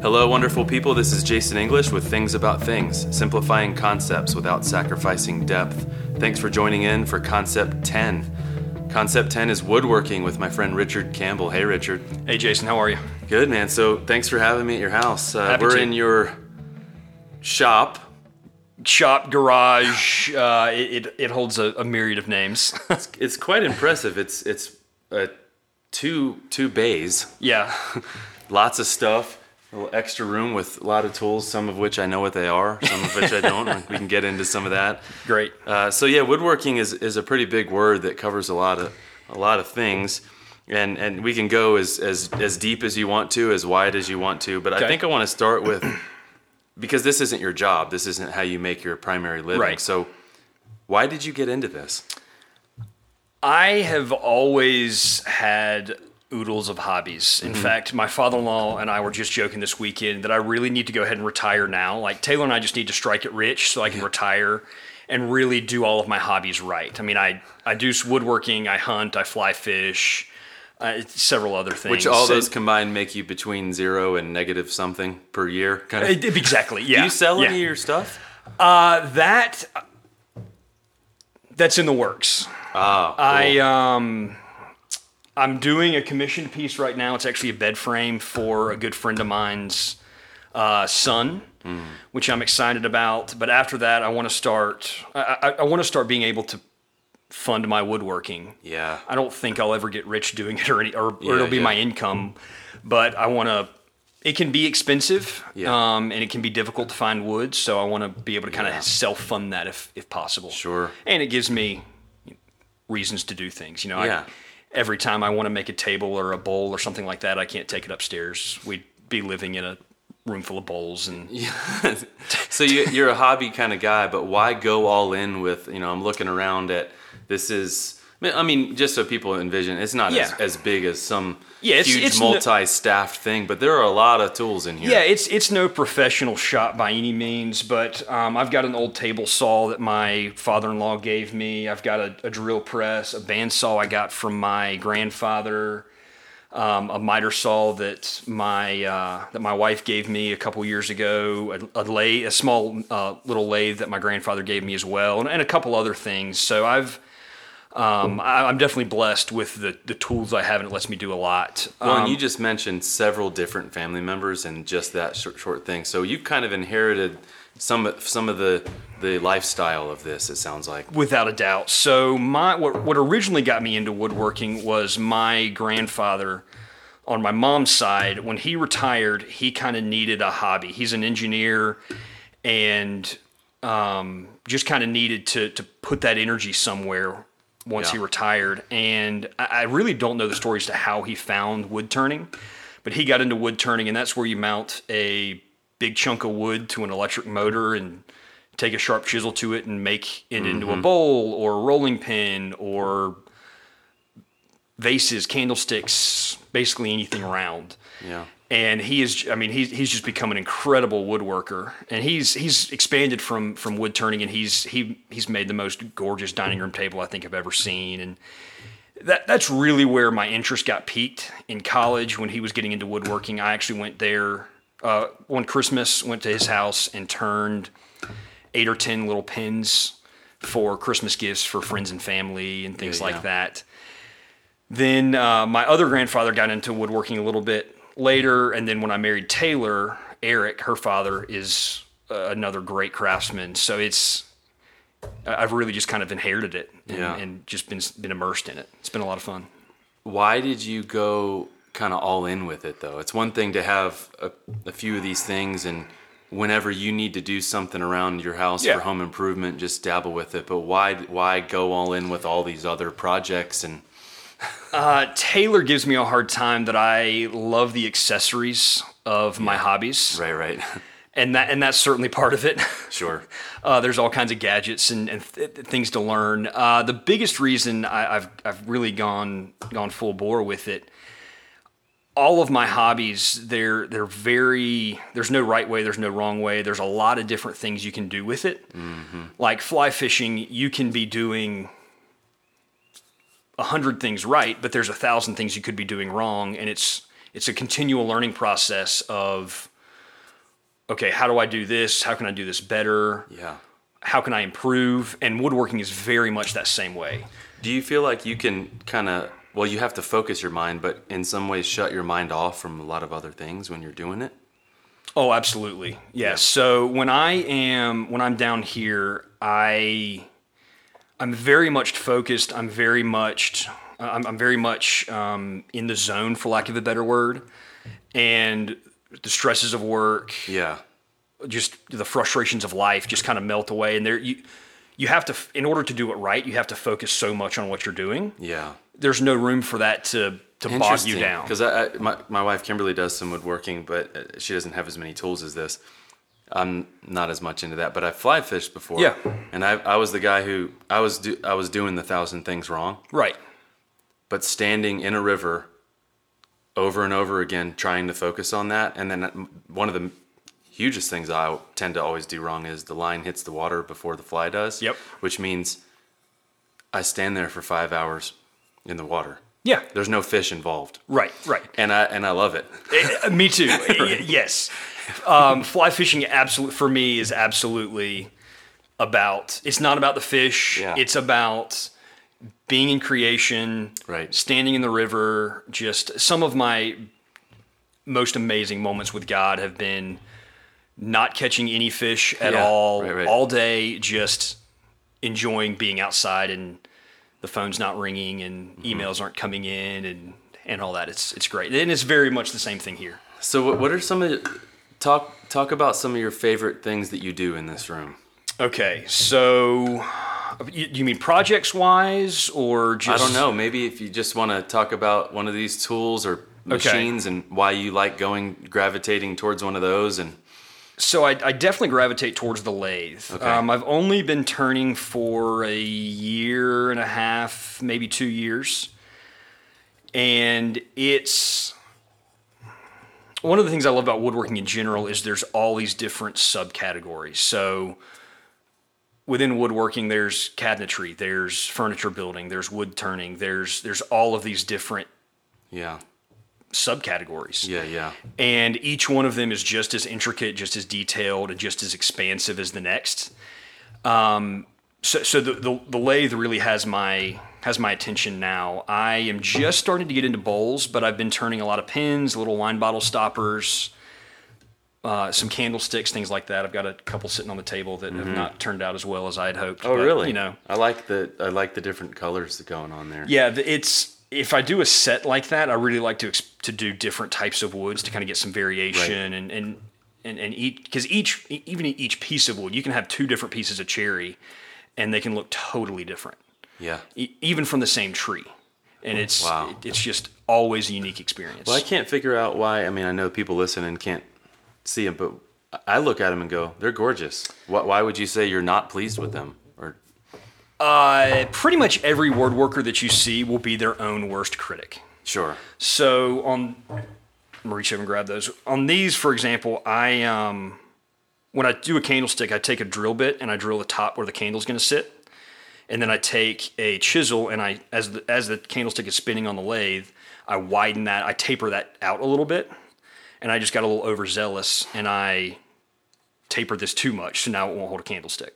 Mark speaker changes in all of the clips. Speaker 1: Hello, wonderful people. This is Jason English with Things About Things, simplifying concepts without sacrificing depth. Thanks for joining in for Concept 10. Concept 10 is woodworking with my friend Richard Campbell. Hey, Richard.
Speaker 2: Hey Jason, how are you?
Speaker 1: Good, man. So, thanks for having me at your house. Uh,
Speaker 2: Happy
Speaker 1: we're
Speaker 2: to.
Speaker 1: in your shop.
Speaker 2: Shop, garage, uh, it, it, it holds a, a myriad of names.
Speaker 1: It's, it's quite impressive. It's it's uh, two two bays,
Speaker 2: yeah,
Speaker 1: lots of stuff, a little extra room with a lot of tools, some of which I know what they are, some of which I don't. we can get into some of that.
Speaker 2: great.
Speaker 1: Uh, so yeah, woodworking is, is a pretty big word that covers a lot of a lot of things, and and we can go as as as deep as you want to, as wide as you want to. But I
Speaker 2: Okay.
Speaker 1: think I want to start with because this isn't your job. This isn't how you make your primary living.
Speaker 2: Right.
Speaker 1: So why did you get into this?
Speaker 2: I have always had oodles of hobbies.
Speaker 1: Mm-hmm.
Speaker 2: In fact, my father in law and I were just joking this weekend that I really need to go ahead and retire now. Like, Taylor and I just need to strike it rich so I can retire and really do all of my hobbies right. I mean, I, I do s- woodworking, I hunt, I fly fish, uh, several other things.
Speaker 1: Which all
Speaker 2: And-
Speaker 1: those combined make you between zero and negative something per year. Kind of.
Speaker 2: Exactly, yeah.
Speaker 1: Do you sell
Speaker 2: Uh, yeah.
Speaker 1: any of your stuff?
Speaker 2: Uh, that that's in the works.
Speaker 1: Oh,
Speaker 2: Uh, I um I'm doing a commissioned piece right now. It's actually a bed frame for a good friend of mine's uh, son, which I'm excited about. But after that, I want to start. I, I, I want to start being able to fund my woodworking.
Speaker 1: yeah.
Speaker 2: I don't think I'll ever get rich doing it or any, or,
Speaker 1: Yeah,
Speaker 2: or it'll be
Speaker 1: yeah.
Speaker 2: my income, but I want to. It can be expensive,
Speaker 1: Yeah.
Speaker 2: um, and it can be difficult to find wood. So I want to be able to kind of self fund that if if possible.
Speaker 1: Sure.
Speaker 2: And it gives me reasons to do things. You know,
Speaker 1: Yeah.
Speaker 2: I, every time I want to make a table or a bowl or something like that, I can't take it upstairs. We'd be living in a room full of bowls and
Speaker 1: so you, you're a hobby kind of guy, but why go all in with you know? I'm looking around at this is. I mean, just so people envision, it's not
Speaker 2: Yeah.
Speaker 1: as, as big as some
Speaker 2: Yeah, it's-
Speaker 1: huge
Speaker 2: it's no-
Speaker 1: multi-staffed thing, but there are a lot of tools in here.
Speaker 2: Yeah, it's it's no professional shop by any means, but um, I've got an old table saw that my father-in-law gave me. I've got a, a drill press, a bandsaw I got from my grandfather, um, a miter saw that my uh, that my wife gave me a couple years ago, a, a lathe, a small uh, little lathe that my grandfather gave me as well, and, and a couple other things. So I've um, I, I'm definitely blessed with the the tools I have, and it lets me do a lot.
Speaker 1: Well, and you just mentioned several different family members and just that short, short thing. So you kind of inherited some of- some of the the lifestyle of this. It sounds like.
Speaker 2: Without a doubt. So my what what originally got me into woodworking was my grandfather on my mom's side when he retired, he kind of needed a hobby. He's an engineer and um, just kind of needed to to put that energy somewhere once he
Speaker 1: Yeah.
Speaker 2: retired. And I, I really don't know the story as to how he found wood turning, but he got into wood turning, and that's where you mount a big chunk of wood to an electric motor and take a sharp chisel to it and make it into a bowl or a rolling pin or vases, candlesticks, basically anything round
Speaker 1: Yeah.
Speaker 2: and he is i mean he's, he's just become an incredible woodworker and he's he's expanded from from wood turning and he's he he's made the most gorgeous dining room table i think i've ever seen and that that's really where my interest got peaked in college when he was getting into woodworking i actually went there uh, one christmas went to his house and turned eight or ten little pins for christmas gifts for friends and family and things
Speaker 1: Yeah, yeah.
Speaker 2: like that then uh, my other grandfather got into woodworking a little bit later, and then when I married Taylor, Eric, her father, is uh, another great craftsman. So it's I- I've really just kind of inherited it and,
Speaker 1: Yeah.
Speaker 2: and just been been immersed in it. It's been a lot of fun.
Speaker 1: why did you go kind of all in with it though? It's one thing to have a, a few of these things and whenever you need to do something around your house
Speaker 2: Yeah.
Speaker 1: for home improvement, just dabble with it. But why why go all in with all these other projects and
Speaker 2: Uh, Taylor gives me a hard time that I love the accessories of my hobbies,
Speaker 1: right right
Speaker 2: and that and that's certainly part of it.
Speaker 1: sure
Speaker 2: Uh, there's all kinds of gadgets and, and th- th- things to learn. Uh, the biggest reason I, I've I've really gone gone full bore with it. All of my hobbies, they're they're very. There's no right way. There's no wrong way. There's a lot of different things you can do with it. Like fly fishing, you can be doing a hundred things right, but there's a thousand things you could be doing wrong, and it's it's a continual learning process of okay, how do I do this? How can I do this better?
Speaker 1: Yeah.
Speaker 2: How can I improve? And woodworking is very much that same way.
Speaker 1: Do you feel like you can kind of, well, you have to focus your mind, but in some ways shut your mind off from a lot of other things when you're doing it?
Speaker 2: Oh, absolutely. Yes. So when I am when I'm down here, I I'm very much focused. I'm very much I'm, I'm very much um, in the zone, for lack of a better word, and the stresses of work,
Speaker 1: Yeah.
Speaker 2: just the frustrations of life, just kind of melt away. And there you you have to f- in order to do it right, you have to focus so much on what you're doing.
Speaker 1: Yeah.
Speaker 2: There's no room for that to to bog you down.
Speaker 1: Because I, I my, my wife Kimberly does some woodworking, but uh, she doesn't have as many tools as this. I'm not as much into that, but I fly fished before.
Speaker 2: Yeah.
Speaker 1: And I, I was the guy who I was do, I was doing the thousand things wrong,
Speaker 2: Right.
Speaker 1: but standing in a river over and over again, trying to focus on that, and then that- one of the hugest things I tend to always do wrong is the line hits the water before the fly does.
Speaker 2: Yep.
Speaker 1: Which means I stand there for five hours in the water.
Speaker 2: Yeah.
Speaker 1: There's no fish involved.
Speaker 2: Right. Right.
Speaker 1: And I and I love it.
Speaker 2: Eh, me too. Eh, Yes. Um, fly fishing absolute for me is absolutely about it's not about the fish.
Speaker 1: Yeah.
Speaker 2: It's about being in creation,
Speaker 1: Right.
Speaker 2: standing in the river, just some of my most amazing moments with God have been not catching any fish at
Speaker 1: Yeah,
Speaker 2: all
Speaker 1: right, right.
Speaker 2: all day just enjoying being outside and the phone's not ringing and emails aren't coming in and and all that it's it's great and it's very much the same thing here
Speaker 1: So what, what are some of the- talk talk about some of your favorite things that you do in this room?
Speaker 2: Okay, so you, you mean projects wise or
Speaker 1: I
Speaker 2: just
Speaker 1: don't know. Maybe if you just want to talk about one of these tools or machines and why you like going gravitating towards one of those and
Speaker 2: So I, I definitely gravitate towards the lathe. Um, I've only been turning for a year and a half, maybe two years, and it's one of the things I love about woodworking in general is there's all these different subcategories. So within woodworking, there's cabinetry, there's furniture building, there's wood turning, there's there's all of these different
Speaker 1: yeah.
Speaker 2: subcategories.
Speaker 1: Yeah, yeah.
Speaker 2: And each one of them is just as intricate, just as detailed, and just as expansive as the next. Um, so so the, the, the lathe really has my has my attention now. I am just starting to get into bowls, but I've been turning a lot of pins, little wine bottle stoppers, uh, some candlesticks, things like that. I've got a couple sitting on the table that have not turned out as well as I had hoped.
Speaker 1: Oh,
Speaker 2: but, You know,
Speaker 1: I like the I like the different colors that going on there.
Speaker 2: yeah, the- it's if I do a set like that, I really like to ex- to do different types of woods to kind of get some variation and and and and each because each e- even each piece of wood, you can have two different pieces of cherry, and they can look totally different,
Speaker 1: Yeah.
Speaker 2: e- even from the same tree, and it's
Speaker 1: Oh, Wow.
Speaker 2: it- it's just always a unique experience.
Speaker 1: Well, I can't figure out why. I mean, I know people listen and can't see them, but I- I look at them and go, "They're gorgeous." Why, why would you say you're not pleased with them? Or
Speaker 2: uh, pretty much every word worker that you see will be their own worst critic.
Speaker 1: sure.
Speaker 2: So on, I'm reach over and grab those. On these, for example, I um, when I do a candlestick, I take a drill bit and I drill the top where the candle's going to sit, and then I take a chisel and I as the, as the candlestick is spinning on the lathe, I widen that, I taper that out a little bit, and I just got a little overzealous and I tapered this too much, so now it won't hold a candlestick.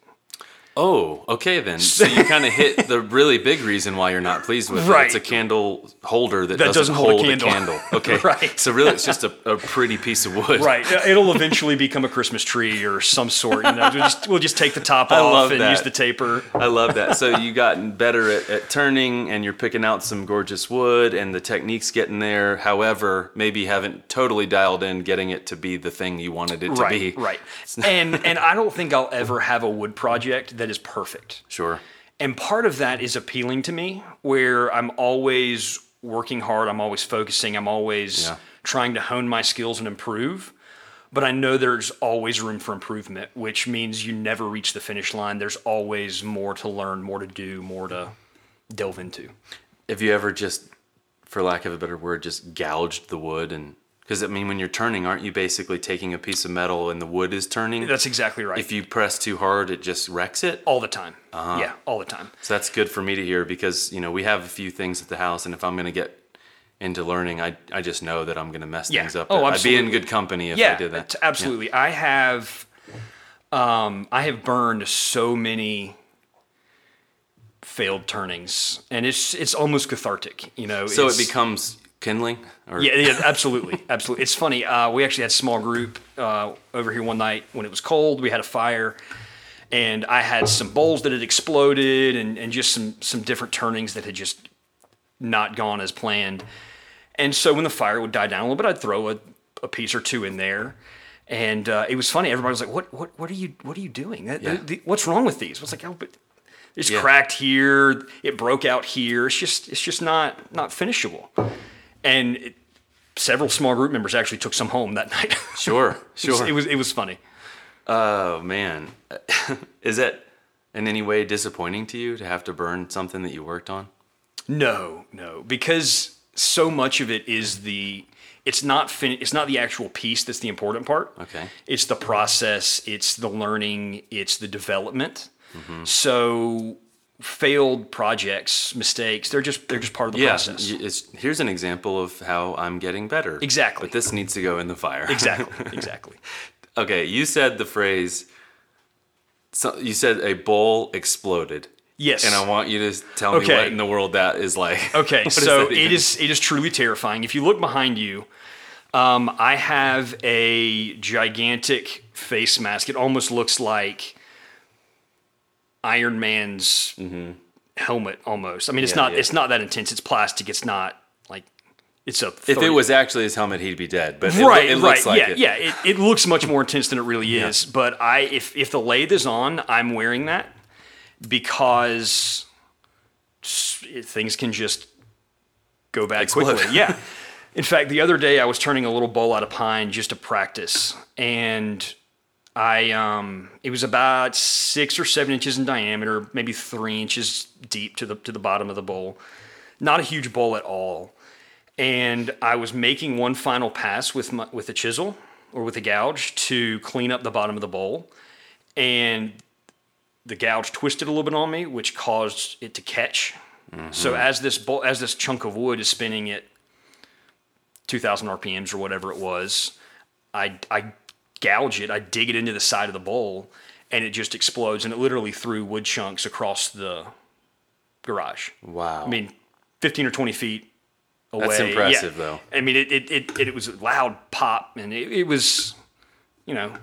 Speaker 1: Oh, okay then. So you kind of hit the really big reason why you're not pleased with it.
Speaker 2: Right.
Speaker 1: It's a candle holder that, doesn't,
Speaker 2: doesn't hold
Speaker 1: hold,
Speaker 2: a
Speaker 1: a,
Speaker 2: candle.
Speaker 1: candle. Okay.
Speaker 2: Right.
Speaker 1: So really, it's just a, a pretty piece of wood.
Speaker 2: Right, it'll eventually become a Christmas tree or some sort. You know, we'll just, we'll just take the top
Speaker 1: love
Speaker 2: off and
Speaker 1: that.
Speaker 2: use the taper.
Speaker 1: I love that. So you gotten better at, at turning, and you're picking out some gorgeous wood, and the technique's getting there. However, maybe you haven't totally dialed in getting it to be the thing you wanted it to
Speaker 2: right,
Speaker 1: be.
Speaker 2: Right. And and I don't think I'll ever have a wood project that is perfect.
Speaker 1: Sure.
Speaker 2: And part of that is appealing to me where I'm always working hard, I'm always focusing, I'm always
Speaker 1: Yeah.
Speaker 2: trying to hone my skills and improve. But I know there's always room for improvement, which means you never reach the finish line. There's always more to learn, more to do, more to delve into.
Speaker 1: Have you ever just, for lack of a better word, just gouged the wood and? Because I mean, when you're turning, aren't you basically taking a piece of metal and the wood is turning?
Speaker 2: That's exactly right.
Speaker 1: if you Uh-huh. press too hard, it just wrecks it.
Speaker 2: all the time. Yeah, all the time.
Speaker 1: So that's good for me to hear because you know we have a few things at the house, and if I'm gonna get into learning, I, I just know that I'm going to mess
Speaker 2: Yeah.
Speaker 1: things up.
Speaker 2: Oh,
Speaker 1: I'd be in
Speaker 2: absolutely.
Speaker 1: good company if I did that.
Speaker 2: t- Absolutely. I have um I have burned so many failed turnings and it's it's almost cathartic, you know.
Speaker 1: So it
Speaker 2: it's-
Speaker 1: becomes kindling, or
Speaker 2: yeah, yeah, absolutely, absolutely. It's funny. Uh, we actually had a small group uh, over here one night when it was cold. We had a fire, and I had some bowls that had exploded, and, and just some some different turnings that had just not gone as planned. And so when the fire would die down a little bit, I'd throw a, a piece or two in there. And uh, it was funny. Everybody was like, "What? What? What are you? What are you doing? That-
Speaker 1: Yeah.
Speaker 2: the- what's wrong with these?" I was like, "Oh, but it's
Speaker 1: Yeah.
Speaker 2: cracked here. It broke out here. It's just it's just not not finishable." And it, several small group members actually took some home that night.
Speaker 1: sure,
Speaker 2: It was-
Speaker 1: sure.
Speaker 2: it was it was funny.
Speaker 1: oh man, is that in any way disappointing to you to have to burn something that you worked on?
Speaker 2: No, no, because so much of it is the it's not fin- it's not the actual piece that's the important part.
Speaker 1: Okay.
Speaker 2: It's the process, it's the learning, it's the development. So failed projects, mistakes, they're just they're just part of the
Speaker 1: Yeah,
Speaker 2: process.
Speaker 1: y- it's, here's an example of how I'm getting better.
Speaker 2: Exactly.
Speaker 1: But this needs to go in the fire.
Speaker 2: Exactly. Exactly.
Speaker 1: okay, you said the phrase. So you said a bowl exploded,
Speaker 2: Yes.
Speaker 1: and I want you to tell me
Speaker 2: Okay.
Speaker 1: what in the world that is like.
Speaker 2: Okay,
Speaker 1: What
Speaker 2: so
Speaker 1: that
Speaker 2: it
Speaker 1: even?
Speaker 2: is it is truly terrifying. If you look behind you, um, I have a gigantic face mask. It almost looks like Iron Man's helmet. Almost. I mean, it's
Speaker 1: Mm-hmm. Yeah,
Speaker 2: not
Speaker 1: yeah.
Speaker 2: it's not that intense. It's plastic. It's not like it's a.
Speaker 1: If it was actually his helmet, he'd be dead. But it loo-
Speaker 2: right,
Speaker 1: it,
Speaker 2: right,
Speaker 1: looks like
Speaker 2: yeah,
Speaker 1: it.
Speaker 2: yeah, it, it looks much more intense than it really is. But I, if if the lathe is on, I'm wearing that because s- it- things can just go bad
Speaker 1: Explode.
Speaker 2: quickly. Yeah. In fact, the other day I was turning a little bowl out of pine just to practice, and I um, it was about six or seven inches in diameter, maybe three inches deep to the to the bottom of the bowl. Not a huge bowl at all. And I was making one final pass with my with a chisel or with a gouge to clean up the bottom of the bowl, and the gouge twisted a little bit on me, which caused it to catch. So
Speaker 1: Mm.
Speaker 2: as this bowl, as this chunk of wood is spinning at 2,000 RPMs or whatever it was, I, I gouge it, I dig it into the side of the bowl, and it just explodes. And it literally threw wood chunks across the garage.
Speaker 1: Wow.
Speaker 2: I mean, 15 or 20 feet away.
Speaker 1: That's
Speaker 2: Yeah.
Speaker 1: impressive, though.
Speaker 2: I mean, it, it, it, it, was a loud pop, and it, it was, you know,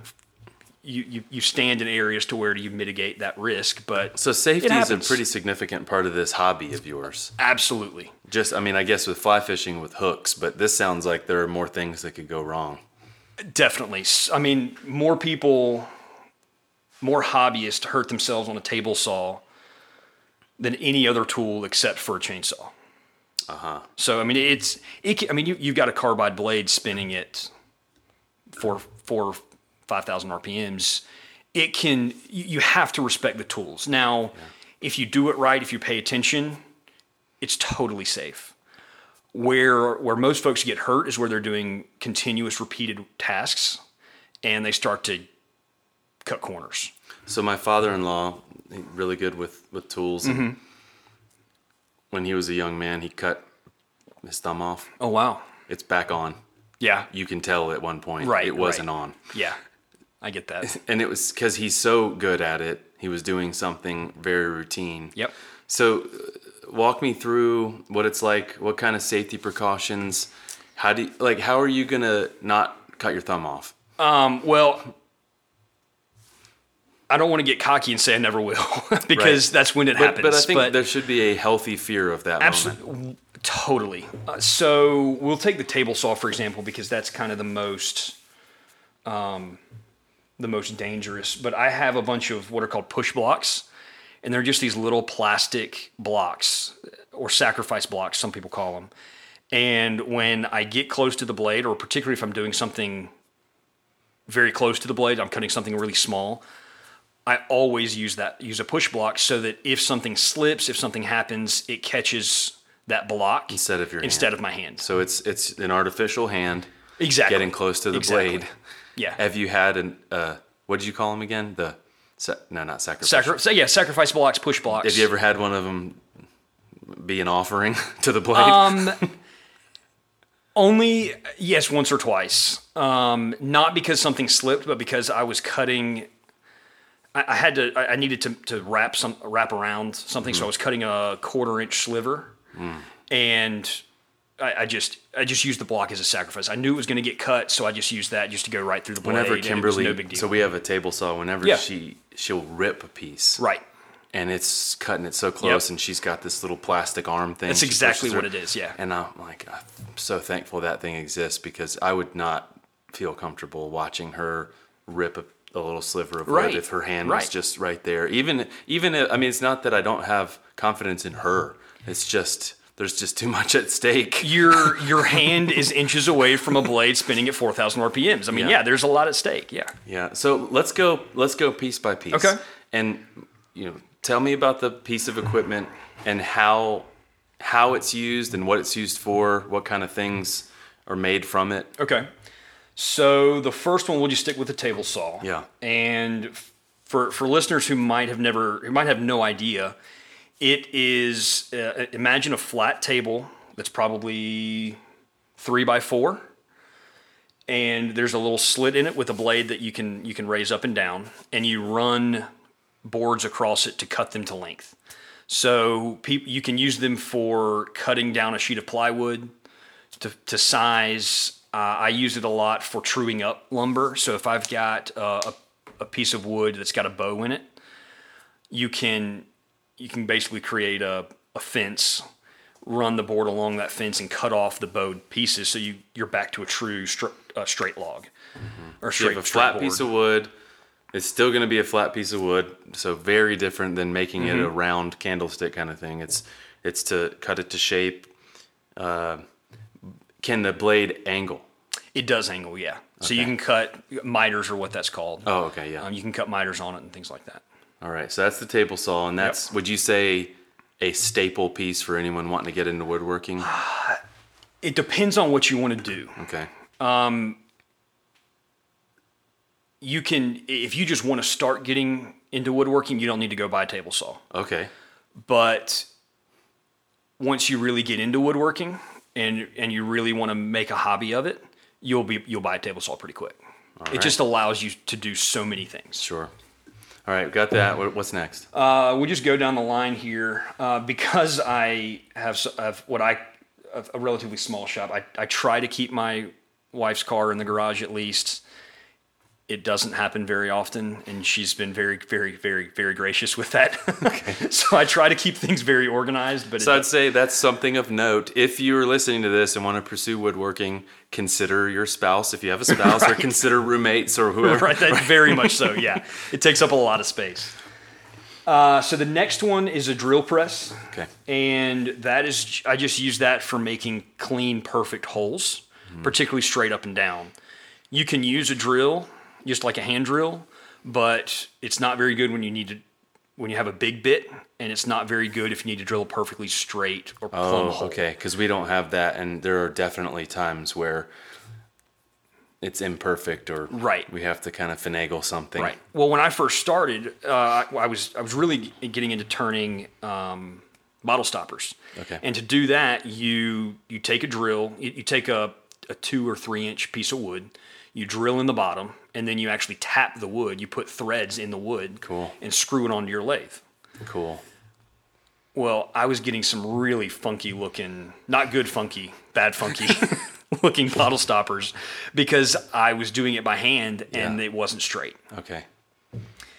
Speaker 2: you, you, you stand in areas to where you mitigate that risk, but
Speaker 1: so safety is a
Speaker 2: happens.
Speaker 1: pretty significant part of this hobby of yours.
Speaker 2: absolutely.
Speaker 1: Just, I mean, I guess with fly fishing with hooks, but this sounds like there are more things that could go wrong.
Speaker 2: Definitely. S- I mean, more people, more hobbyists hurt themselves on a table saw than any other tool except for a chainsaw. Uh huh. So I mean, it's it. Can, I mean, you you've got a carbide blade spinning at four four five thousand RPMs. It can. You, you have to respect the tools. Now, if you do it right, if you pay attention, it's totally safe where where most folks get hurt is where they're doing continuous repeated tasks and they start to cut corners
Speaker 1: So my father-in-law, he- really good with with tools. and
Speaker 2: Mm-hmm.
Speaker 1: When he was a young man, he cut his thumb off.
Speaker 2: oh wow
Speaker 1: It's back on.
Speaker 2: yeah
Speaker 1: You can tell at one point
Speaker 2: Right,
Speaker 1: it wasn't
Speaker 2: right.
Speaker 1: on,
Speaker 2: yeah i get that
Speaker 1: and it was because he's so good at it. He was doing something very routine.
Speaker 2: yep
Speaker 1: So, uh, walk me through what it's like. What kind of safety precautions? How do you, like how are you gonna not cut your thumb off?
Speaker 2: um, well i don't want to get cocky and say i never will because
Speaker 1: Right.
Speaker 2: that's when it
Speaker 1: But,
Speaker 2: happens
Speaker 1: but I think there should be a healthy fear of that. moment.
Speaker 2: Absolutely, totally. Uh, so we'll take the table saw for example because that's kind of the most, um, the most dangerous. But I have a bunch of what are called push blocks, and they're just these little plastic blocks or sacrifice blocks, some people call them. And when I get close to the blade, or particularly if I'm doing something very close to the blade, I'm cutting something really small. I always use that use a push block so that if something slips, if something happens, it catches that block
Speaker 1: Instead of your hand.
Speaker 2: instead of my hand.
Speaker 1: So it's it's an artificial hand
Speaker 2: exactly.
Speaker 1: getting close to the
Speaker 2: Exactly.
Speaker 1: blade.
Speaker 2: Yeah.
Speaker 1: Have you had an uh, what did you call them again? The sa- no, not sacrificial.
Speaker 2: Sacri- so yeah, sacrifice blocks, push blocks.
Speaker 1: Have you ever had one of them be an offering to the blade?
Speaker 2: Um, Only yes, once or twice. Um, not because something slipped, but because I was cutting. I, I had to. I I needed to, to wrap some wrap around something,
Speaker 1: Mm-hmm.
Speaker 2: so I was cutting a quarter inch sliver,
Speaker 1: Mm.
Speaker 2: and I, I just I just used the block as a sacrifice. I knew it was going to get cut, so I just used that just to go right through the blade.
Speaker 1: Whenever
Speaker 2: and it was
Speaker 1: Kimberly,
Speaker 2: no big deal.
Speaker 1: so we have a table saw. Whenever
Speaker 2: Yeah.
Speaker 1: she she'll rip a piece,
Speaker 2: right.
Speaker 1: and it's cutting it so close, and she's got this little plastic arm thing.
Speaker 2: That's
Speaker 1: she
Speaker 2: exactly
Speaker 1: pushes
Speaker 2: what
Speaker 1: through.
Speaker 2: it is. Yeah.
Speaker 1: And I'm like, I'm so thankful that thing exists because I would not feel comfortable watching her rip a, a little sliver of
Speaker 2: Right.
Speaker 1: wood if her hand was
Speaker 2: Right.
Speaker 1: just right there. Even, even if- I mean, it's not that I don't have confidence in her. It's just there's just too much at stake.
Speaker 2: your your hand is inches away from a blade spinning at 4,000 RPMs. I mean,
Speaker 1: Yeah.
Speaker 2: yeah. there's a lot at stake. Yeah.
Speaker 1: Yeah. So let's go. Let's go piece by piece.
Speaker 2: Okay.
Speaker 1: And you know, tell me about the piece of equipment and how how it's used and what it's used for. What kind of things are made from it?
Speaker 2: Okay. So the first one, we'll just stick with the table saw.
Speaker 1: Yeah.
Speaker 2: And f- for for listeners who might have never, who might have no idea, it is uh, imagine a flat table that's probably three by four, and there's a little slit in it with a blade that you can you can raise up and down, and you run boards across it to cut them to length. So peop you can use them for cutting down a sheet of plywood to, to size. Uh, I use it a lot for truing up lumber. So if I've got uh, a, a piece of wood that's got a bow in it, you can you can basically create a, a fence, run the board along that fence, and cut off the bowed pieces. So you you're back to a true str- uh, straight log or
Speaker 1: Mm-hmm. You
Speaker 2: straight,
Speaker 1: have a
Speaker 2: straight
Speaker 1: flat
Speaker 2: board.
Speaker 1: piece of wood. It's still going to be a flat piece of wood, so very different than making it a round candlestick kind of thing. It's it's to cut it to shape. Uh, can the blade angle?
Speaker 2: It does angle, yeah. So you can cut miters or what that's called.
Speaker 1: Oh, okay, yeah.
Speaker 2: Um, you can cut miters on it and things like that.
Speaker 1: All right, so that's the table saw, and that's would you say a staple piece for anyone wanting to get into woodworking?
Speaker 2: It depends on what you want to do.
Speaker 1: Okay,
Speaker 2: you can if you just want to start getting into woodworking you don't need to go buy a table saw
Speaker 1: okay,
Speaker 2: but once you really get into woodworking and and you really want to make a hobby of it you'll be you'll buy a table saw pretty quick it just allows you to do so many things
Speaker 1: sure. All right, got that. What, what's next?
Speaker 2: uh, we just go down the line here uh, because i have, s- have what i a- a relatively small shop I, I try to keep my wife's car in the garage at least it doesn't happen very often and she's been very very very very gracious with that so i try to keep things very organized but
Speaker 1: so
Speaker 2: it,
Speaker 1: I'd say that's something of note. If you are listening to this and want to pursue woodworking, consider your spouse if you have a spouse, or consider roommates or whoever.
Speaker 2: right that very much so yeah it takes up a lot of space uh, so the next one is a drill press
Speaker 1: Okay.
Speaker 2: and that is i just use that for making clean perfect holes particularly straight up and down you can use a drill just like a hand drill but it's not very good when you need to when you have a big bit and it's not very good if you need to drill a perfectly straight or plumb
Speaker 1: Oh,
Speaker 2: hole
Speaker 1: okay, because we don't have that, and there are definitely times where it's imperfect or
Speaker 2: Right.
Speaker 1: We have to kind of finagle something.
Speaker 2: Right. Well, when I first started, uh, I I was I was really g- getting into turning um, bottle stoppers.
Speaker 1: Okay.
Speaker 2: And to do that, you you take a drill, you, you take a, a two or three inch piece of wood, you drill in the bottom, and then you actually tap the wood. You put threads in the wood.
Speaker 1: Cool.
Speaker 2: And screw it onto your lathe.
Speaker 1: Cool.
Speaker 2: Well, I was getting some really funky looking, not good funky, bad funky looking bottle stoppers because I was doing it by hand and
Speaker 1: Yeah.
Speaker 2: it wasn't straight.
Speaker 1: Okay.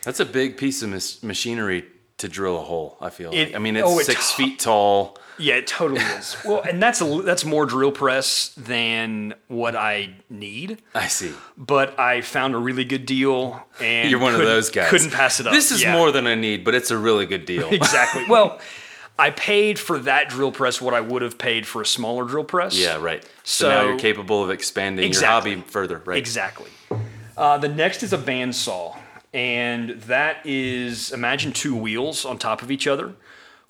Speaker 1: That's a big piece of mis- machinery to drill a hole, I feel. like.
Speaker 2: It-
Speaker 1: I mean, it's
Speaker 2: oh, it
Speaker 1: six
Speaker 2: to-
Speaker 1: feet tall.
Speaker 2: Yeah, it totally is. well, and that's a, l- that's more drill press than what I need,
Speaker 1: I see.
Speaker 2: but I found a really good deal, and
Speaker 1: You're one of
Speaker 2: couldn't-
Speaker 1: those guys.
Speaker 2: Couldn't pass it up.
Speaker 1: This is
Speaker 2: Yeah,
Speaker 1: more than I need, but it's a really good deal.
Speaker 2: exactly. well, I paid for that drill press what I would have paid for a smaller drill press.
Speaker 1: yeah, right. So, now you're
Speaker 2: So-
Speaker 1: capable of expanding
Speaker 2: Exactly.
Speaker 1: your hobby further, right?
Speaker 2: Exactly. Uh, the next is a bandsaw, and that is imagine two wheels on top of each other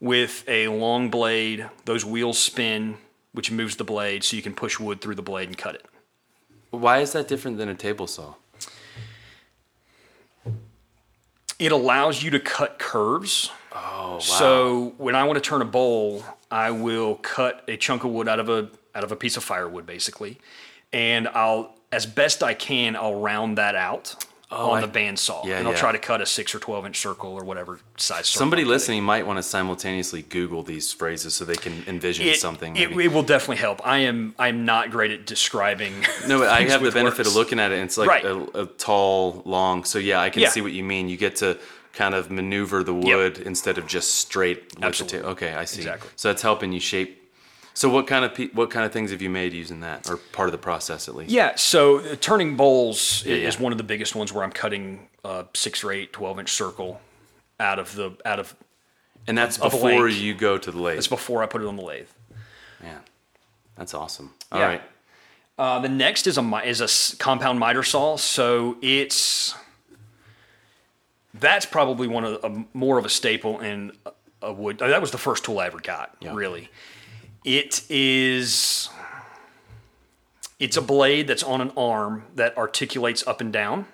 Speaker 2: with a long blade. Those wheels spin, which moves the blade, so you can push wood through the blade and cut it.
Speaker 1: Why is that different than a table saw?
Speaker 2: It allows you to cut curves
Speaker 1: Oh, wow.
Speaker 2: So when I want to turn a bowl, I will cut a chunk of wood out of a out of a piece of firewood, basically, and I'll as best I can, I'll round that out on the bandsaw,
Speaker 1: Oh, Yeah,
Speaker 2: and I'll
Speaker 1: yeah.
Speaker 2: try to cut a six or twelve inch circle or whatever size. circle
Speaker 1: Somebody
Speaker 2: I'm cutting.
Speaker 1: listening might want to simultaneously Google these phrases so they can envision
Speaker 2: It-
Speaker 1: something.
Speaker 2: It,
Speaker 1: Maybe.
Speaker 2: it will definitely help. I am I'm not great at describing.
Speaker 1: no, but I
Speaker 2: things
Speaker 1: have the
Speaker 2: with
Speaker 1: benefit
Speaker 2: words.
Speaker 1: of looking at it. And it's like
Speaker 2: Right.
Speaker 1: a, a tall, long. So yeah, I can
Speaker 2: Yeah.
Speaker 1: see what you mean. You get to kind of maneuver the wood instead of just straight. with the
Speaker 2: Absolutely.
Speaker 1: ta- okay, I see.
Speaker 2: Exactly.
Speaker 1: So that's helping you shape. So what kind of pe- what kind of things have you made using that, or part of the process at least?
Speaker 2: Yeah, so uh, turning bowls i
Speaker 1: yeah.
Speaker 2: is one of the biggest ones where I'm cutting a six or eight, 12 inch circle out of the out of
Speaker 1: And that's
Speaker 2: Of a
Speaker 1: before
Speaker 2: lake.
Speaker 1: you go to the lake.
Speaker 2: it's before I put it on the lathe.
Speaker 1: Man, that's awesome. All
Speaker 2: Yeah.
Speaker 1: right.
Speaker 2: Uh, the next is a mi- is a s- compound miter saw, so it's that's probably one of the, a, more of a staple in a- a wood. That was the first tool I ever got.
Speaker 1: Yeah.
Speaker 2: Really, it is. It's a blade that's on an arm that articulates up and down,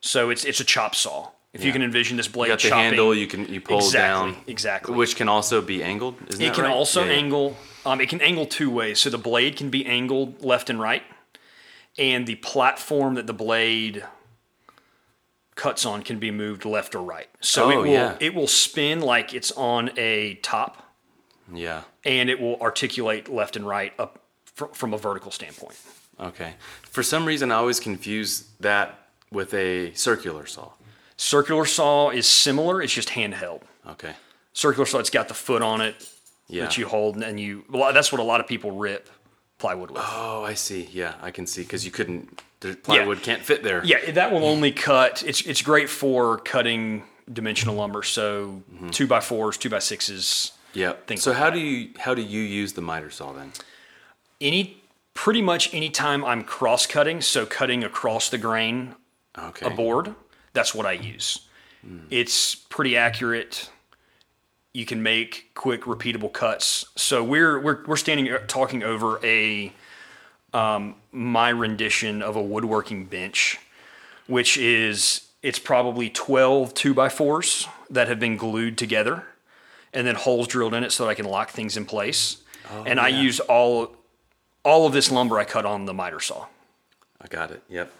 Speaker 2: so it's it's a chop saw. If you
Speaker 1: Yeah.
Speaker 2: can envision this blade
Speaker 1: You got the
Speaker 2: chopping,
Speaker 1: handle. You can you pull
Speaker 2: exactly,
Speaker 1: down.
Speaker 2: exactly.
Speaker 1: Which can also be angled. Isn't
Speaker 2: It
Speaker 1: that
Speaker 2: can
Speaker 1: right?
Speaker 2: also
Speaker 1: Yeah, yeah.
Speaker 2: angle. Um, it can angle two ways. So the blade can be angled left and right, and the platform that the blade cuts on can be moved left or right. So it
Speaker 1: Oh,
Speaker 2: will
Speaker 1: yeah.
Speaker 2: it will spin like it's on a top,
Speaker 1: Yeah.
Speaker 2: and it will articulate left and right up fr- from a vertical standpoint.
Speaker 1: Okay. For some reason, I always confuse that with a circular saw.
Speaker 2: Circular saw is similar. It's just handheld.
Speaker 1: Okay.
Speaker 2: Circular saw. It's got the foot on it
Speaker 1: Yeah.
Speaker 2: that you hold, and you. well, That's what a lot of people rip plywood with.
Speaker 1: Oh, I see. Yeah, I can see because you couldn't. The plywood can't fit there.
Speaker 2: Yeah, that will only cut. It's it's great for cutting dimensional lumber. So two by fours, two by sixes,
Speaker 1: Yeah.
Speaker 2: Things
Speaker 1: So
Speaker 2: like
Speaker 1: how do you how do you use the miter saw then?
Speaker 2: any pretty much any time I'm cross cutting, so cutting across the grain
Speaker 1: Okay.
Speaker 2: a board, that's what I use. It's pretty accurate. You can make quick, repeatable cuts. So we're we're we're standing uh, talking over a um, my rendition of a woodworking bench, which is it's probably 12 two by fours that have been glued together, and then holes drilled in it so that I can lock things in place. and I use all all of this lumber I cut on the miter saw.
Speaker 1: I got it. Yep.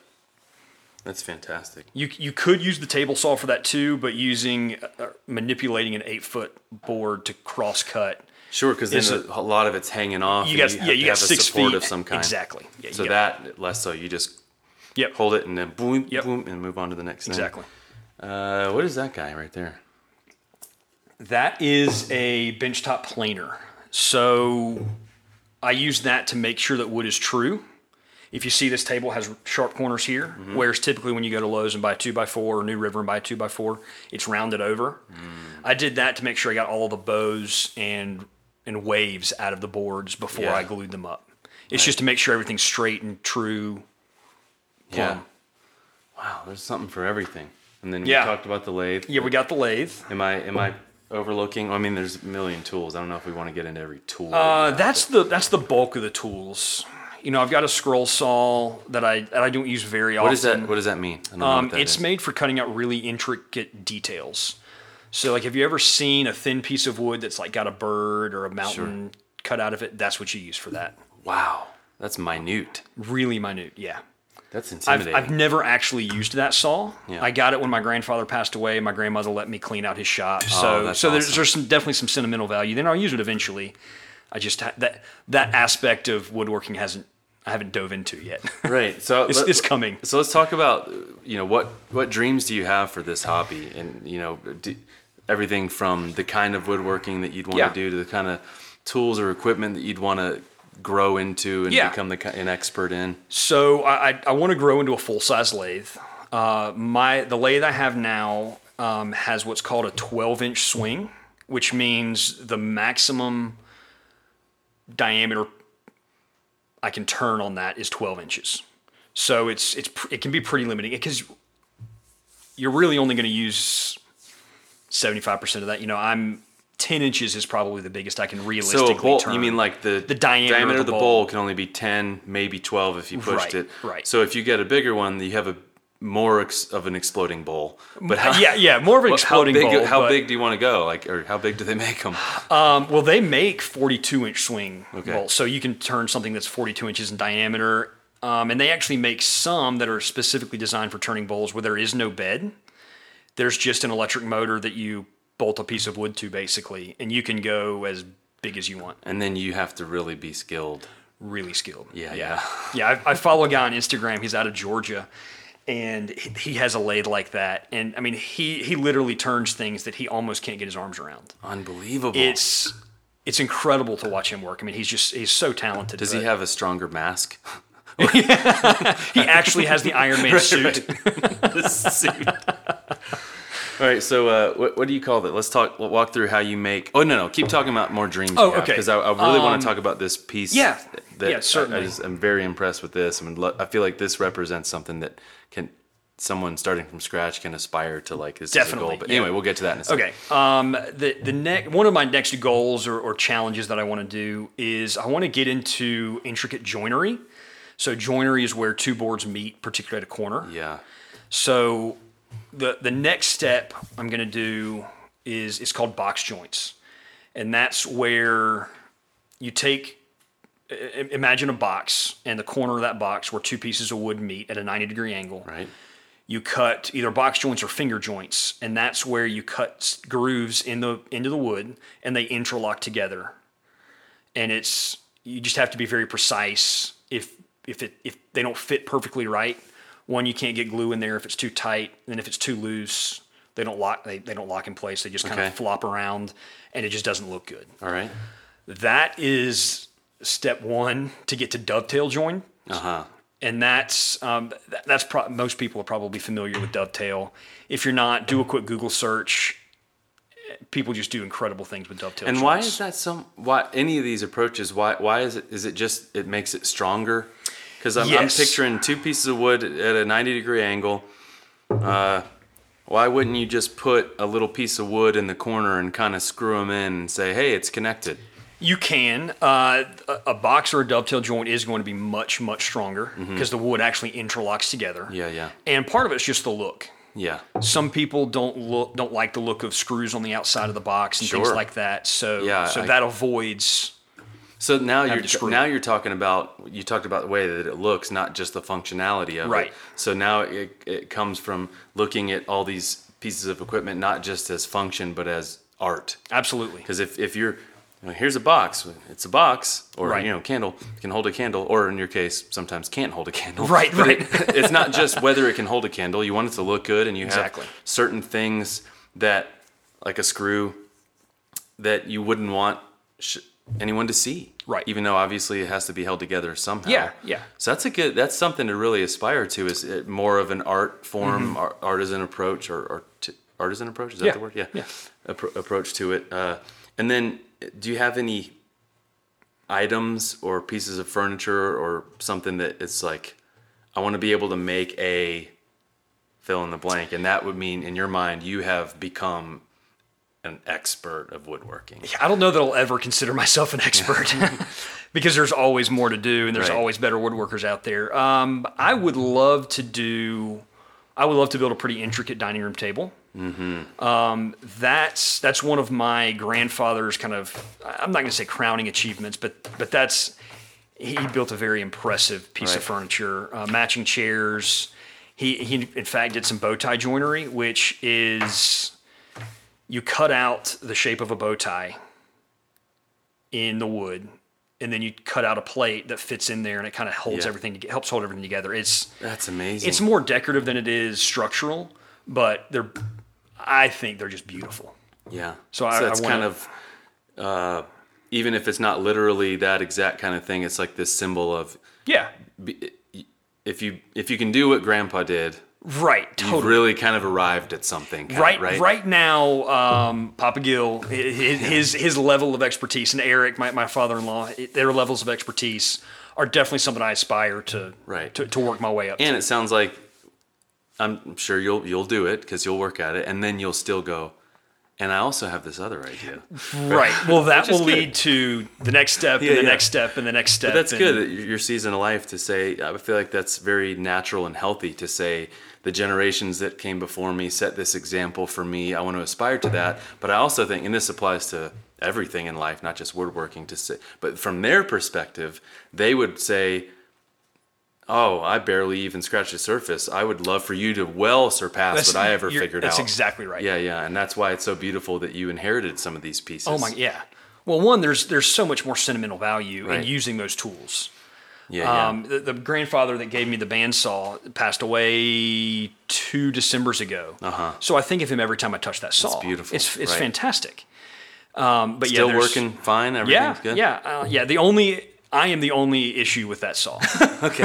Speaker 1: That's fantastic.
Speaker 2: You you could use the table saw for that too, but using uh, manipulating an eight foot board to cross cut,
Speaker 1: Sure, because
Speaker 2: It's
Speaker 1: then a, lot of it's hanging off.
Speaker 2: you
Speaker 1: and
Speaker 2: got
Speaker 1: have
Speaker 2: yeah
Speaker 1: to
Speaker 2: you got
Speaker 1: have a
Speaker 2: six
Speaker 1: support
Speaker 2: feet
Speaker 1: of some kind.
Speaker 2: exactly. Yeah, you
Speaker 1: So
Speaker 2: got-
Speaker 1: that less so you just
Speaker 2: yep
Speaker 1: hold it and then boom,
Speaker 2: Yep.
Speaker 1: boom, and move on to the next thing.
Speaker 2: exactly.
Speaker 1: Uh, what is that guy right there?
Speaker 2: That is a benchtop planer. So I use that to make sure that wood is true. If you see this table has sharp corners here, whereas typically when you go to Lowe's and buy a two by four or New River and buy a two by four, it's rounded over. I did that to make sure I got all the bows and and waves out of the boards before
Speaker 1: Yeah.
Speaker 2: I glued them up. It's just to make sure everything's straight and true.
Speaker 1: Yeah.
Speaker 2: Plum.
Speaker 1: Wow, there's something for everything. And then
Speaker 2: Yeah.
Speaker 1: we talked about the lathe.
Speaker 2: Yeah, we got the lathe.
Speaker 1: Am I am I
Speaker 2: Oh.
Speaker 1: overlooking? I mean, there's a million tools. I don't know if we want to get into every tool.
Speaker 2: Uh, that's the that's the bulk of the tools. You know, I've got a scroll saw that I that I don't use very often.
Speaker 1: what does that What does that mean? I don't know
Speaker 2: Um,
Speaker 1: what that
Speaker 2: it's
Speaker 1: is.
Speaker 2: made for cutting out really intricate details. So, like, have you ever seen a thin piece of wood that's like got a bird or a mountain cut out of it? That's what you use for that.
Speaker 1: wow, that's minute.
Speaker 2: Really minute, yeah.
Speaker 1: That's
Speaker 2: I've,
Speaker 1: intimidating.
Speaker 2: I've never actually used that saw.
Speaker 1: Yeah.
Speaker 2: I got it when my grandfather passed away. My grandmother let me clean out his shop. So,
Speaker 1: Oh, that's
Speaker 2: so there's,
Speaker 1: awesome.
Speaker 2: there's some, definitely some sentimental value. Then I'll use it eventually. I just ha- that that aspect of woodworking hasn't I haven't dove into yet.
Speaker 1: right. So
Speaker 2: it's, it's coming.
Speaker 1: So let's talk about you know what what dreams do you have for this hobby, and you know do, everything from the kind of woodworking that you'd want
Speaker 2: Yeah.
Speaker 1: to do to the kind of tools or equipment that you'd want to grow into and
Speaker 2: Yeah.
Speaker 1: become the, ki- an expert in.
Speaker 2: So I I, I want to grow into a full size lathe. Uh, my the lathe I have now um, has what's called a 12 inch swing, which means the maximum diameter I can turn on that is 12 inches. So it's it's pr- it can be pretty limiting because you're really only going to use 75% of that. You know, I'm 10 inches is probably the biggest I can realistically
Speaker 1: So a bowl,
Speaker 2: turn.
Speaker 1: you mean like the,
Speaker 2: The diameter of the
Speaker 1: of the bowl.
Speaker 2: bowl.
Speaker 1: can only be 10, maybe 12 if you pushed
Speaker 2: Right,
Speaker 1: it.
Speaker 2: right.
Speaker 1: So if you get a bigger one, you have a more ex- of an exploding bowl. But how,
Speaker 2: yeah, yeah, more of an
Speaker 1: what- how
Speaker 2: exploding
Speaker 1: big?
Speaker 2: bowl.
Speaker 1: how
Speaker 2: but,
Speaker 1: big do you want to go? Like, or how big do they make them?
Speaker 2: Um, well, they make 42 inch swing
Speaker 1: Okay.
Speaker 2: bolts, so you can turn something that's 42 inches in diameter. Um, and they actually make some that are specifically designed for turning bowls where there is no bed. There's just an electric motor that you bolt a piece of wood to, basically, and you can go as big as you want.
Speaker 1: And then you have to really be skilled.
Speaker 2: really skilled.
Speaker 1: Yeah,
Speaker 2: yeah, yeah. I, I follow a guy on Instagram. He's out of Georgia, and he, he has a lathe like that. And I mean, he he literally turns things that he almost can't get his arms around.
Speaker 1: Unbelievable.
Speaker 2: It's it's incredible to watch him work. I mean, he's just he's so talented.
Speaker 1: Does he have a stronger mask?
Speaker 2: he actually has the Iron Man suit.
Speaker 1: Suit. All right, so uh, what, what do you call that? Let's talk. We'll walk through how you make. Oh no, no, keep talking about more dreams.
Speaker 2: Oh, okay. Um,
Speaker 1: Because I, I really want to talk about this piece.
Speaker 2: yeah,
Speaker 1: that
Speaker 2: yeah,
Speaker 1: I- I,
Speaker 2: certainly.
Speaker 1: just, I'm very impressed with this. I mean, lo- I feel like this represents something that can someone starting from scratch can aspire to. Like this is a goal.
Speaker 2: Definitely,
Speaker 1: But
Speaker 2: yeah.
Speaker 1: anyway, we'll get to that in a second.
Speaker 2: Okay. Um, the the next one of my next goals or, or challenges that I want to do is I want to get into intricate joinery. So joinery is where two boards meet, particularly at a corner.
Speaker 1: Yeah.
Speaker 2: So the the next step I'm going to do is it's called box joints. And that's where you take i- i- imagine a box and the corner of that box where two pieces of wood meet at a 90 degree angle.
Speaker 1: Right.
Speaker 2: You cut either box joints or finger joints and that's where you cut s- grooves in the into the wood and they interlock together. And it's you just have to be very precise if if it if they don't fit perfectly right, one you can't get glue in there if it's too tight, and then if it's too loose, they don't lock they, they don't lock in place. They just kind
Speaker 1: Okay.
Speaker 2: of flop around and it just doesn't look good
Speaker 1: All right.
Speaker 2: that is step one to get to dovetail join
Speaker 1: Uh huh.
Speaker 2: and that's um, th- that's pro- most people are probably familiar with dovetail if you're not do a quick google search people just do incredible things with dovetail
Speaker 1: And why
Speaker 2: joints.
Speaker 1: is that some? Why any of these approaches? Why why is it? Is it just it makes it stronger? Because I'm,
Speaker 2: Yes.
Speaker 1: I'm picturing two pieces of wood at a 90 degree angle. Uh, why wouldn't you just put a little piece of wood in the corner and kind of screw them in and say, hey, it's connected?
Speaker 2: you can uh, a- a box or a dovetail joint is going to be much much stronger because the wood actually interlocks together
Speaker 1: Mm-hmm. Yeah, yeah,
Speaker 2: and part of it's just the look
Speaker 1: yeah.
Speaker 2: some people don't look don't like the look of screws on the outside of the box and things
Speaker 1: Sure.
Speaker 2: like that so
Speaker 1: Yeah,
Speaker 2: so
Speaker 1: I-
Speaker 2: that avoids
Speaker 1: So now you're
Speaker 2: to screw
Speaker 1: now you're talking about you talked about the way that it looks, not just the functionality of
Speaker 2: Right.
Speaker 1: it. So now it it comes from looking at all these pieces of equipment not just as function but as art.
Speaker 2: absolutely
Speaker 1: Because if, if you're, you know, here's a box, it's a box, or
Speaker 2: Right.
Speaker 1: you know, candle can hold a candle, or in your case, sometimes can't hold a candle.
Speaker 2: Right,
Speaker 1: But it- it's not just whether it can hold a candle. You want it to look good, and you
Speaker 2: Exactly.
Speaker 1: have certain things that, like a screw, that you wouldn't want sh- anyone to see.
Speaker 2: Right.
Speaker 1: Even though obviously it has to be held together somehow.
Speaker 2: Yeah, yeah.
Speaker 1: So that's a good. That's something to really aspire to. Is it more of an art
Speaker 2: Mm-hmm.
Speaker 1: form, ar- artisan approach, or, or t- artisan approach? Is that
Speaker 2: Yeah,
Speaker 1: the word? Yeah.
Speaker 2: yeah.
Speaker 1: Appro- approach to it. Uh, and then, do you have any items or pieces of furniture or something that it's like, I want to be able to make a fill in the blank, and that would mean in your mind you have become an expert of woodworking.
Speaker 2: I don't know that I'll ever consider myself an expert because there's always more to do and there's
Speaker 1: Right.
Speaker 2: always better woodworkers out there. Um, I would love to do, I would love to build a pretty intricate dining room table.
Speaker 1: Mm-hmm.
Speaker 2: Um, that's that's one of my grandfather's kind of I'm not going to say crowning achievements, but but that's he built a very impressive piece
Speaker 1: Right.
Speaker 2: of furniture, uh, matching chairs. He he in fact did some bow tie joinery, which is you cut out the shape of a bow tie in the wood and then you cut out a plate that fits in there and it kind of holds
Speaker 1: Yeah. Hmm.
Speaker 2: everything to, helps hold everything together it's
Speaker 1: That's amazing.
Speaker 2: it's more decorative than it is structural but they're i think they're just beautiful
Speaker 1: Yeah.
Speaker 2: So I-
Speaker 1: that's
Speaker 2: I wanna-
Speaker 1: kind of uh, even if it's not literally that exact kind of thing, it's like this symbol of
Speaker 2: yeah
Speaker 1: be- if you if you can do what Grandpa did,
Speaker 2: right
Speaker 1: you've
Speaker 2: totally
Speaker 1: really kind of arrived at something. kinda,
Speaker 2: Right,
Speaker 1: right,
Speaker 2: right, now, um, Papa Gill, hi- hi- his his level of expertise, and Eric, my, my father-in-law, i- their levels of expertise are definitely something I aspire to
Speaker 1: Right.
Speaker 2: to, to work my way up. to.
Speaker 1: And it sounds like I'm sure you'll you'll do it because you'll work at it, and then you'll still go. and I also have this other idea.
Speaker 2: Right. Well, that
Speaker 1: Which is
Speaker 2: will
Speaker 1: good.
Speaker 2: lead to the next step,
Speaker 1: Yeah,
Speaker 2: and the
Speaker 1: yeah.
Speaker 2: next step, and the next step.
Speaker 1: But that's
Speaker 2: and-
Speaker 1: good. Your your season of life to say, I feel like that's very natural and healthy to say, the generations that came before me set this example for me. I want to aspire to that. But I also think, and this applies to everything in life, not just woodworking, to say, but from their perspective, they would say, Oh, I barely even scratched the surface. I would love for you to well surpass
Speaker 2: That's-
Speaker 1: what I ever
Speaker 2: you're-
Speaker 1: figured
Speaker 2: that's
Speaker 1: out.
Speaker 2: exactly right.
Speaker 1: Yeah, yeah. And that's why it's so beautiful that you inherited some of these pieces.
Speaker 2: Oh my, yeah. Well, one, there's there's so much more sentimental value
Speaker 1: Right.
Speaker 2: in using those tools.
Speaker 1: Yeah, yeah.
Speaker 2: Um, the, the grandfather that gave me the bandsaw passed away two December's ago. Uh-huh. So I think of him every time I touch that saw.
Speaker 1: beautiful,
Speaker 2: It's it's
Speaker 1: right.
Speaker 2: fantastic. Um, but
Speaker 1: Still
Speaker 2: yeah, there's-
Speaker 1: working fine. Everything's
Speaker 2: Yeah,
Speaker 1: good.
Speaker 2: yeah, uh, yeah. The only I am the only issue with that saw.
Speaker 1: Okay.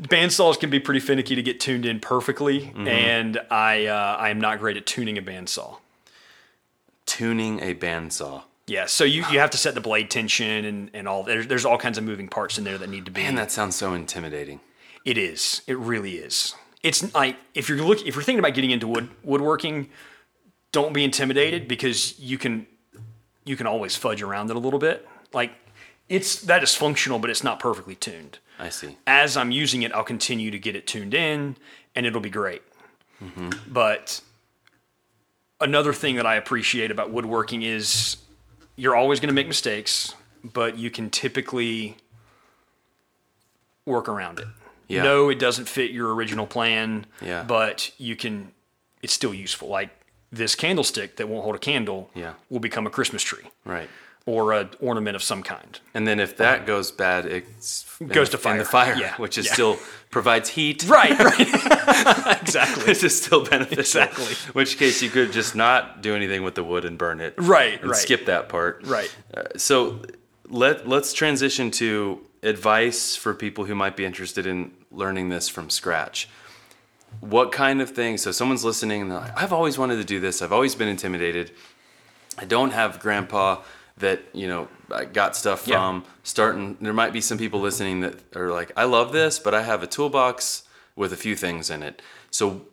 Speaker 2: bandsaws can be pretty finicky to get tuned in perfectly,
Speaker 1: Mm-hmm.
Speaker 2: and I uh, I am not great at tuning a bandsaw.
Speaker 1: tuning a bandsaw.
Speaker 2: Yeah, so you, you have to set the blade tension and, and all. There's, there's all kinds of moving parts in there that need to be.
Speaker 1: Man, that sounds so intimidating.
Speaker 2: it is. It really is. It's like if you're look if you're thinking about getting into wood woodworking, don't be intimidated because you can you can always fudge around it a little bit. Like it's that is functional, but it's not perfectly tuned.
Speaker 1: I see.
Speaker 2: As I'm using it, I'll continue to get it tuned in, and it'll be great. But another thing that I appreciate about woodworking is you're always going to make mistakes, but you can typically work around it.
Speaker 1: Yeah.
Speaker 2: No, it doesn't fit your original plan,
Speaker 1: Yeah.
Speaker 2: but you can, it's still useful. Like this candlestick that won't hold a candle
Speaker 1: Yeah.
Speaker 2: will become a Christmas tree
Speaker 1: Right.
Speaker 2: or an ornament of some kind.
Speaker 1: And then if that goes bad, it
Speaker 2: Goes to
Speaker 1: In the
Speaker 2: fire.
Speaker 1: fire,
Speaker 2: Yeah,
Speaker 1: which is
Speaker 2: yeah.
Speaker 1: still provides heat.
Speaker 2: Right, right. exactly.
Speaker 1: This is still beneficial.
Speaker 2: Exactly.
Speaker 1: Which case you could just not do anything with the wood and burn it.
Speaker 2: Right,
Speaker 1: And
Speaker 2: right.
Speaker 1: skip that part.
Speaker 2: Right.
Speaker 1: Uh, so let let's transition to advice for people who might be interested in learning this from scratch. What kind of things? So someone's listening and they're like, I've always wanted to do this. I've always been intimidated. I don't have grandpa that you know I got stuff
Speaker 2: Yeah.
Speaker 1: from. Starting, there might be some people listening that are like, I love this, but I have a toolbox with a few things in it. So,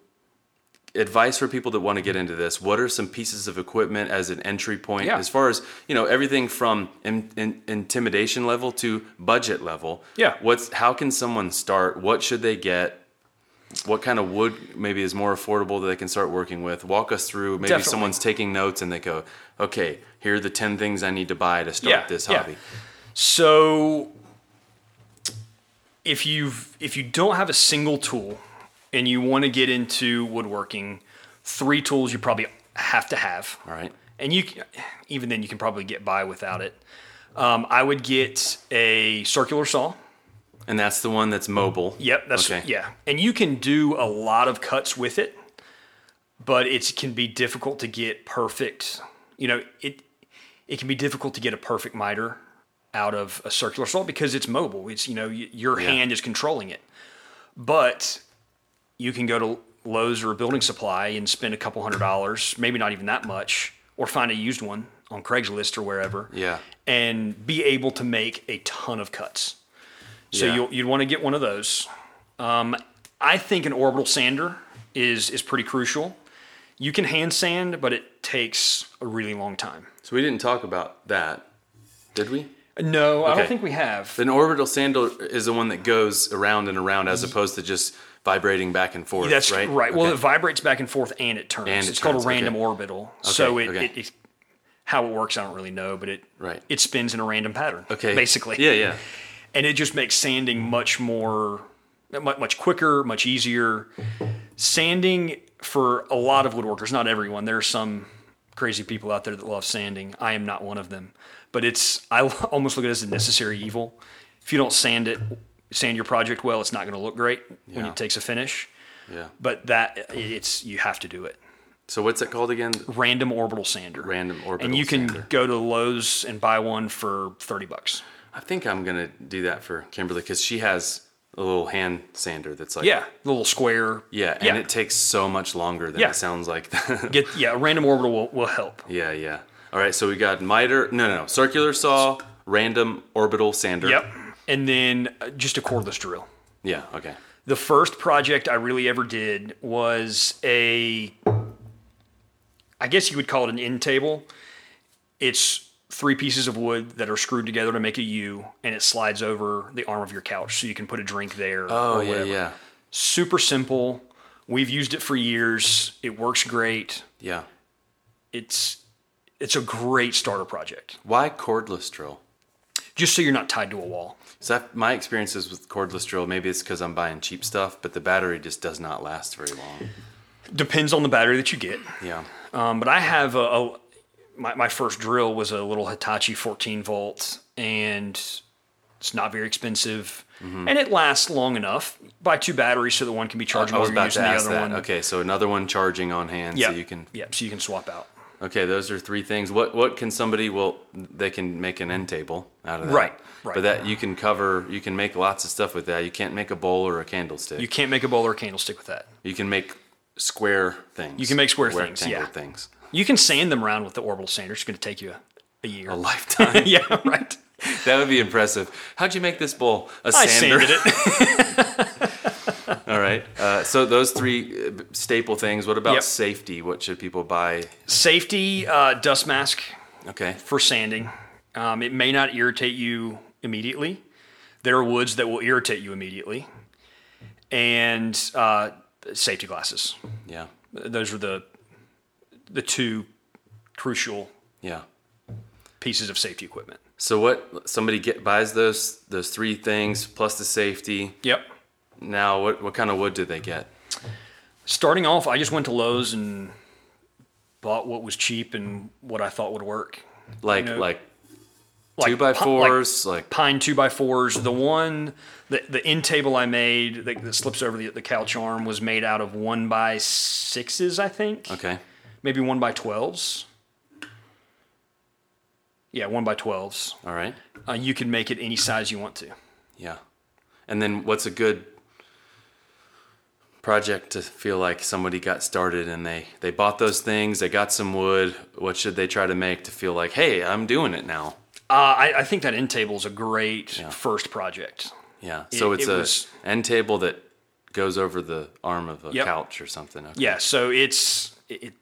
Speaker 1: advice for people that want to get into this: What are some pieces of equipment as an entry point,
Speaker 2: Yeah.
Speaker 1: as far as you know, everything from in, in, intimidation level to budget level?
Speaker 2: Yeah.
Speaker 1: What's how can someone start? What should they get? What kind of wood maybe is more affordable that they can start working with? Walk us through maybe
Speaker 2: Definitely.
Speaker 1: someone's taking notes and they go, okay, here are the 10 things I need to buy to start
Speaker 2: Yeah,
Speaker 1: this
Speaker 2: yeah.
Speaker 1: hobby.
Speaker 2: So if you if you don't have a single tool and you want to get into woodworking, three tools you probably have to have.
Speaker 1: All right.
Speaker 2: And you can- even then you can probably get by without it. Um, I would get a circular saw.
Speaker 1: And that's the one that's mobile.
Speaker 2: Yep, that's
Speaker 1: okay.
Speaker 2: yeah. And you can do a lot of cuts with it, but it can be difficult to get perfect. You know, it it can be difficult to get a perfect miter out of a circular saw because it's mobile. It's you know y- your hand is controlling it, but you can go to Lowe's or Building Supply and spend a couple hundred dollars, maybe not even that much, or find a used one on Craigslist or wherever.
Speaker 1: Yeah.
Speaker 2: and be able to make a ton of cuts. So
Speaker 1: Yeah.
Speaker 2: you'll, you'd want to get one of those. Um, I think an orbital sander is is pretty crucial. You can hand sand, but it takes a really long time.
Speaker 1: So we didn't talk about that, did we?
Speaker 2: No, I
Speaker 1: Okay.
Speaker 2: don't think we have.
Speaker 1: An orbital sandal is the one that goes around and around as opposed to just vibrating back and forth,
Speaker 2: That's
Speaker 1: right?
Speaker 2: right. Well, it
Speaker 1: Okay.
Speaker 2: vibrates back and forth and it turns.
Speaker 1: And it
Speaker 2: it's
Speaker 1: turns,
Speaker 2: called a
Speaker 1: okay.
Speaker 2: random orbital. so it,
Speaker 1: okay.
Speaker 2: it, it how it works, I don't really know, but it
Speaker 1: Right.
Speaker 2: it spins in a random pattern.
Speaker 1: okay.
Speaker 2: basically.
Speaker 1: Yeah, yeah.
Speaker 2: and it just makes sanding much more mu- much quicker much easier sanding for a lot of woodworkers not everyone there are some crazy people out there that love sanding i am not one of them but it's i almost look at it as a necessary evil if you don't sand it sand your project well it's not going to look great when
Speaker 1: Yeah.
Speaker 2: it takes a finish
Speaker 1: Yeah.
Speaker 2: but that it's you have to do it
Speaker 1: So what's it called again?
Speaker 2: random orbital sander
Speaker 1: Random orbital
Speaker 2: and you can
Speaker 1: sander.
Speaker 2: go to lowes and buy one for 30 bucks
Speaker 1: I think I'm going to do that for Kimberly because she has a little hand sander that's like,
Speaker 2: yeah the little square
Speaker 1: Yeah, and it takes so much longer than
Speaker 2: Yeah.
Speaker 1: it sounds like.
Speaker 2: Get yeah, a random orbital will, will help.
Speaker 1: yeah, yeah. All right, so we got miter. No, no, no. Circular saw, random orbital sander.
Speaker 2: Yep. And then uh, just a cordless drill.
Speaker 1: Yeah. Okay.
Speaker 2: The first project I really ever did was a I guess you would call it an end table. It's three pieces of wood that are screwed together to make a U, and it slides over the arm of your couch, so you can put a drink there.
Speaker 1: Oh
Speaker 2: or
Speaker 1: yeah,
Speaker 2: whatever.
Speaker 1: yeah,
Speaker 2: Super simple. We've used it for years. It works great.
Speaker 1: yeah.
Speaker 2: It's it's a great starter project.
Speaker 1: Why cordless drill?
Speaker 2: Just so you're not tied to a wall.
Speaker 1: So I've, my experiences with cordless drill, maybe it's because I'm buying cheap stuff, but the battery just does not last very long.
Speaker 2: Depends on the battery that you get.
Speaker 1: Yeah,
Speaker 2: Um, but I have a, a my, my first drill was a little Hitachi 14 volt, and it's not very expensive,
Speaker 1: Mm-hmm.
Speaker 2: and it lasts long enough. Buy two batteries so that one can be charged
Speaker 1: I
Speaker 2: while
Speaker 1: was
Speaker 2: you're
Speaker 1: about
Speaker 2: using
Speaker 1: to
Speaker 2: the
Speaker 1: ask
Speaker 2: other
Speaker 1: that.
Speaker 2: one.
Speaker 1: Okay, so another one charging on hand,
Speaker 2: Yeah,
Speaker 1: so you can.
Speaker 2: yeah, so you can swap out.
Speaker 1: Okay, those are three things. What what can somebody? Well, they can make an end table out of that.
Speaker 2: Right, right.
Speaker 1: But that you can cover. You can make lots of stuff with that. You can't make a bowl or a candlestick.
Speaker 2: You
Speaker 1: You,
Speaker 2: can't make a bowl or a candlestick with that.
Speaker 1: can make square things. You
Speaker 2: can make square things, yeah.
Speaker 1: things.
Speaker 2: You can sand them around with the orbital sander. It's going to take you a, a year.
Speaker 1: A lifetime.
Speaker 2: yeah, right.
Speaker 1: That would be impressive. How'd you make this bowl? A
Speaker 2: I
Speaker 1: sander.
Speaker 2: sanded it.
Speaker 1: All right. Uh, so those three uh, staple things. What about
Speaker 2: Yep.
Speaker 1: safety? What should people buy?
Speaker 2: Safety uh, dust mask
Speaker 1: Okay.
Speaker 2: for sanding. Um, it may not irritate you immediately. There are woods that will irritate you immediately, and uh, safety glasses.
Speaker 1: Yeah.
Speaker 2: Those are the the two crucial
Speaker 1: Yeah.
Speaker 2: pieces of safety equipment.
Speaker 1: So what? Somebody get buys those those three things plus the safety.
Speaker 2: Yep.
Speaker 1: Now, what what kind of wood did they get?
Speaker 2: Starting off, I just went to Lowe's and bought what was cheap and what I thought would work.
Speaker 1: Like
Speaker 2: know,
Speaker 1: like
Speaker 2: Like
Speaker 1: two by
Speaker 2: pi- like
Speaker 1: fours. Like,
Speaker 2: pine two by fours. The one, the, the end table I made that, that slips over the, the couch arm was made out of one by sixes, I think.
Speaker 1: okay.
Speaker 2: Maybe one by twelves. Yeah, one by twelves.
Speaker 1: All right.
Speaker 2: Uh, you can make it any size you want to.
Speaker 1: Yeah. And then what's a good project to feel like somebody got started and they they bought those things, they got some wood. What should they try to make to feel like, hey, I'm doing it now?
Speaker 2: Uh, I, I think that end table is a great first project.
Speaker 1: Yeah. So
Speaker 2: It-
Speaker 1: it's
Speaker 2: it
Speaker 1: a
Speaker 2: was-
Speaker 1: end table that goes over the arm of a
Speaker 2: Yep.
Speaker 1: couch or something. Okay.
Speaker 2: Yeah, so it's it, it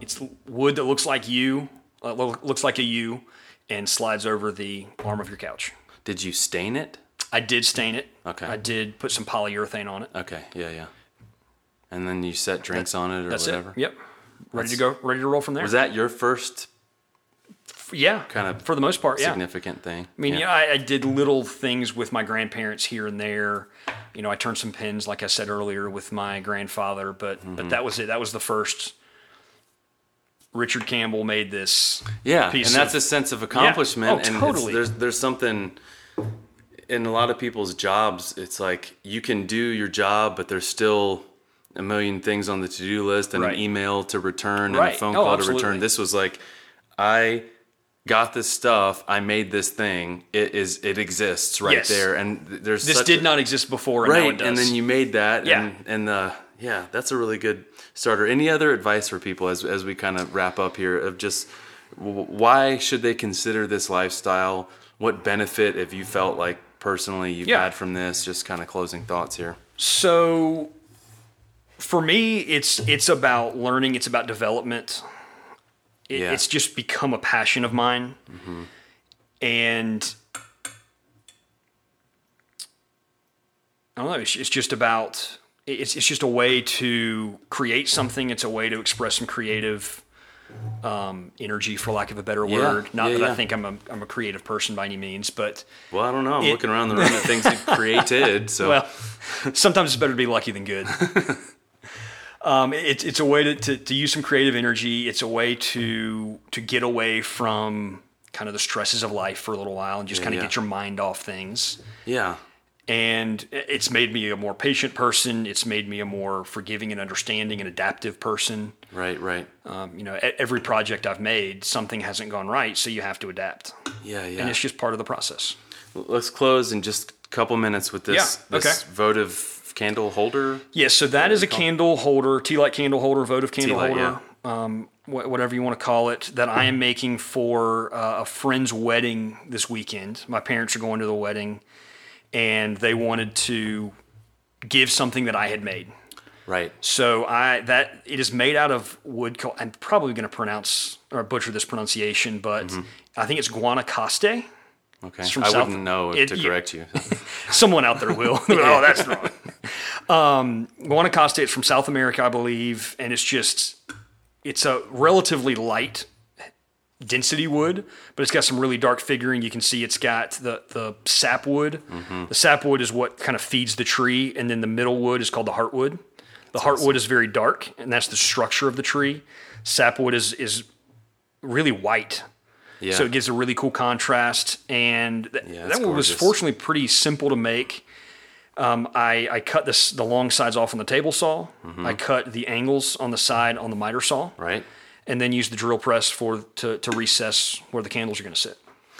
Speaker 2: it's wood that looks like you, uh, lo- looks like a U, and slides over the arm of your couch.
Speaker 1: Did you stain it?
Speaker 2: I did stain it.
Speaker 1: Okay.
Speaker 2: I did put some polyurethane on it.
Speaker 1: Okay. Yeah. Yeah. And then you set drinks on it or
Speaker 2: That's
Speaker 1: whatever.
Speaker 2: it. Yep. Ready to go. Ready to roll from there.
Speaker 1: Was that your first
Speaker 2: yeah.
Speaker 1: kind of
Speaker 2: for the most part. Yeah. I
Speaker 1: significant thing? I
Speaker 2: mean, yeah, I, I did little things with my grandparents here and there. You know, I turned some pins, like I said earlier, with my grandfather. But
Speaker 1: Mm-hmm.
Speaker 2: but that was it. That was the first. Richard Campbell made this.
Speaker 1: Yeah,
Speaker 2: piece
Speaker 1: and that's
Speaker 2: of-
Speaker 1: a sense of accomplishment.
Speaker 2: Oh,
Speaker 1: and it's-
Speaker 2: totally.
Speaker 1: there's there's something in a lot of people's jobs. It's like you can do your job, but there's still a million things on the to do list and
Speaker 2: Right.
Speaker 1: an email to return and
Speaker 2: Right.
Speaker 1: a phone
Speaker 2: Oh,
Speaker 1: call to
Speaker 2: absolutely.
Speaker 1: return. This was like, I got this stuff. I made this thing. It is it exists right
Speaker 2: Yes.
Speaker 1: there. And th- there's
Speaker 2: This
Speaker 1: such
Speaker 2: did
Speaker 1: a-
Speaker 2: not exist before, and now it
Speaker 1: right.
Speaker 2: does.
Speaker 1: And then you made that.
Speaker 2: Yeah.
Speaker 1: And, and uh, yeah, that's a really good starter. Any other advice for people as, as we kind of wrap up here of just w- why should they consider this lifestyle? What benefit have you felt like personally you've
Speaker 2: Yeah.
Speaker 1: had from this? Just kind of closing thoughts here.
Speaker 2: So for me, it's it's about learning. It's about development. It,
Speaker 1: Yeah. Mm-hmm.
Speaker 2: It's just become a passion of mine, and I don't know. It's, it's just about. it- It's it's just a way to create something. It's a way to express some creative um, energy, for lack of a better word. Not
Speaker 1: Yeah,
Speaker 2: that
Speaker 1: yeah.
Speaker 2: I think I'm a I'm a creative person by any means, but
Speaker 1: Well, I don't know. I'm looking around the room at things you've created. So
Speaker 2: well, sometimes it's better to be lucky than good. um, it, it's a way to, to, to use some creative energy. It's a way to to get away from kind of the stresses of life for a little while and just kind of
Speaker 1: yeah.
Speaker 2: get your mind off things.
Speaker 1: yeah,
Speaker 2: And it- it's made me a more patient person. It's made me a more forgiving and understanding and adaptive person.
Speaker 1: right, right.
Speaker 2: Um, you know, e- every project I've made, something hasn't gone right, so you have to adapt,
Speaker 1: Yeah, yeah.
Speaker 2: and it's just part of the process.
Speaker 1: Let's close in just a couple minutes with this,
Speaker 2: Yeah,
Speaker 1: this
Speaker 2: okay.
Speaker 1: votive candle holder.
Speaker 2: Yes, so that is a candle holder, tea light candle holder, votive candle
Speaker 1: Tea light, Mm-hmm.
Speaker 2: holder, um, wh- whatever you want to call it, that I am making for uh, a friend's wedding this weekend. My parents are going to the wedding, and they wanted to give something that I had made.
Speaker 1: Right.
Speaker 2: So I that it is made out of wood. Called, I'm probably going to pronounce or butcher this pronunciation, but
Speaker 1: Mm-hmm.
Speaker 2: I think it's guanacaste.
Speaker 1: Okay.
Speaker 2: from
Speaker 1: I
Speaker 2: South-
Speaker 1: wouldn't know
Speaker 2: it-
Speaker 1: to
Speaker 2: you-
Speaker 1: correct you.
Speaker 2: Someone out there will. oh, that's wrong. Um, Guanacaste, it's from South America, I believe, and it's just it's a relatively light density wood, but it's got some really dark figuring. You can see it's got the the sapwood.
Speaker 1: Mm-hmm.
Speaker 2: The sapwood is what kind of feeds the tree, and then the middle wood is called the heartwood. The heartwood is very dark, and that's the structure of the tree. Sapwood is is really white
Speaker 1: Yeah.
Speaker 2: so it gives a really cool contrast, and th-
Speaker 1: it's
Speaker 2: that one was
Speaker 1: gorgeous.
Speaker 2: fortunately pretty simple to make. Um, I, I cut this the long sides off on the table saw. I cut the angles on the side on the miter saw,
Speaker 1: Mm-hmm. right.
Speaker 2: and then use the drill press for to, to recess where the candles are going to sit.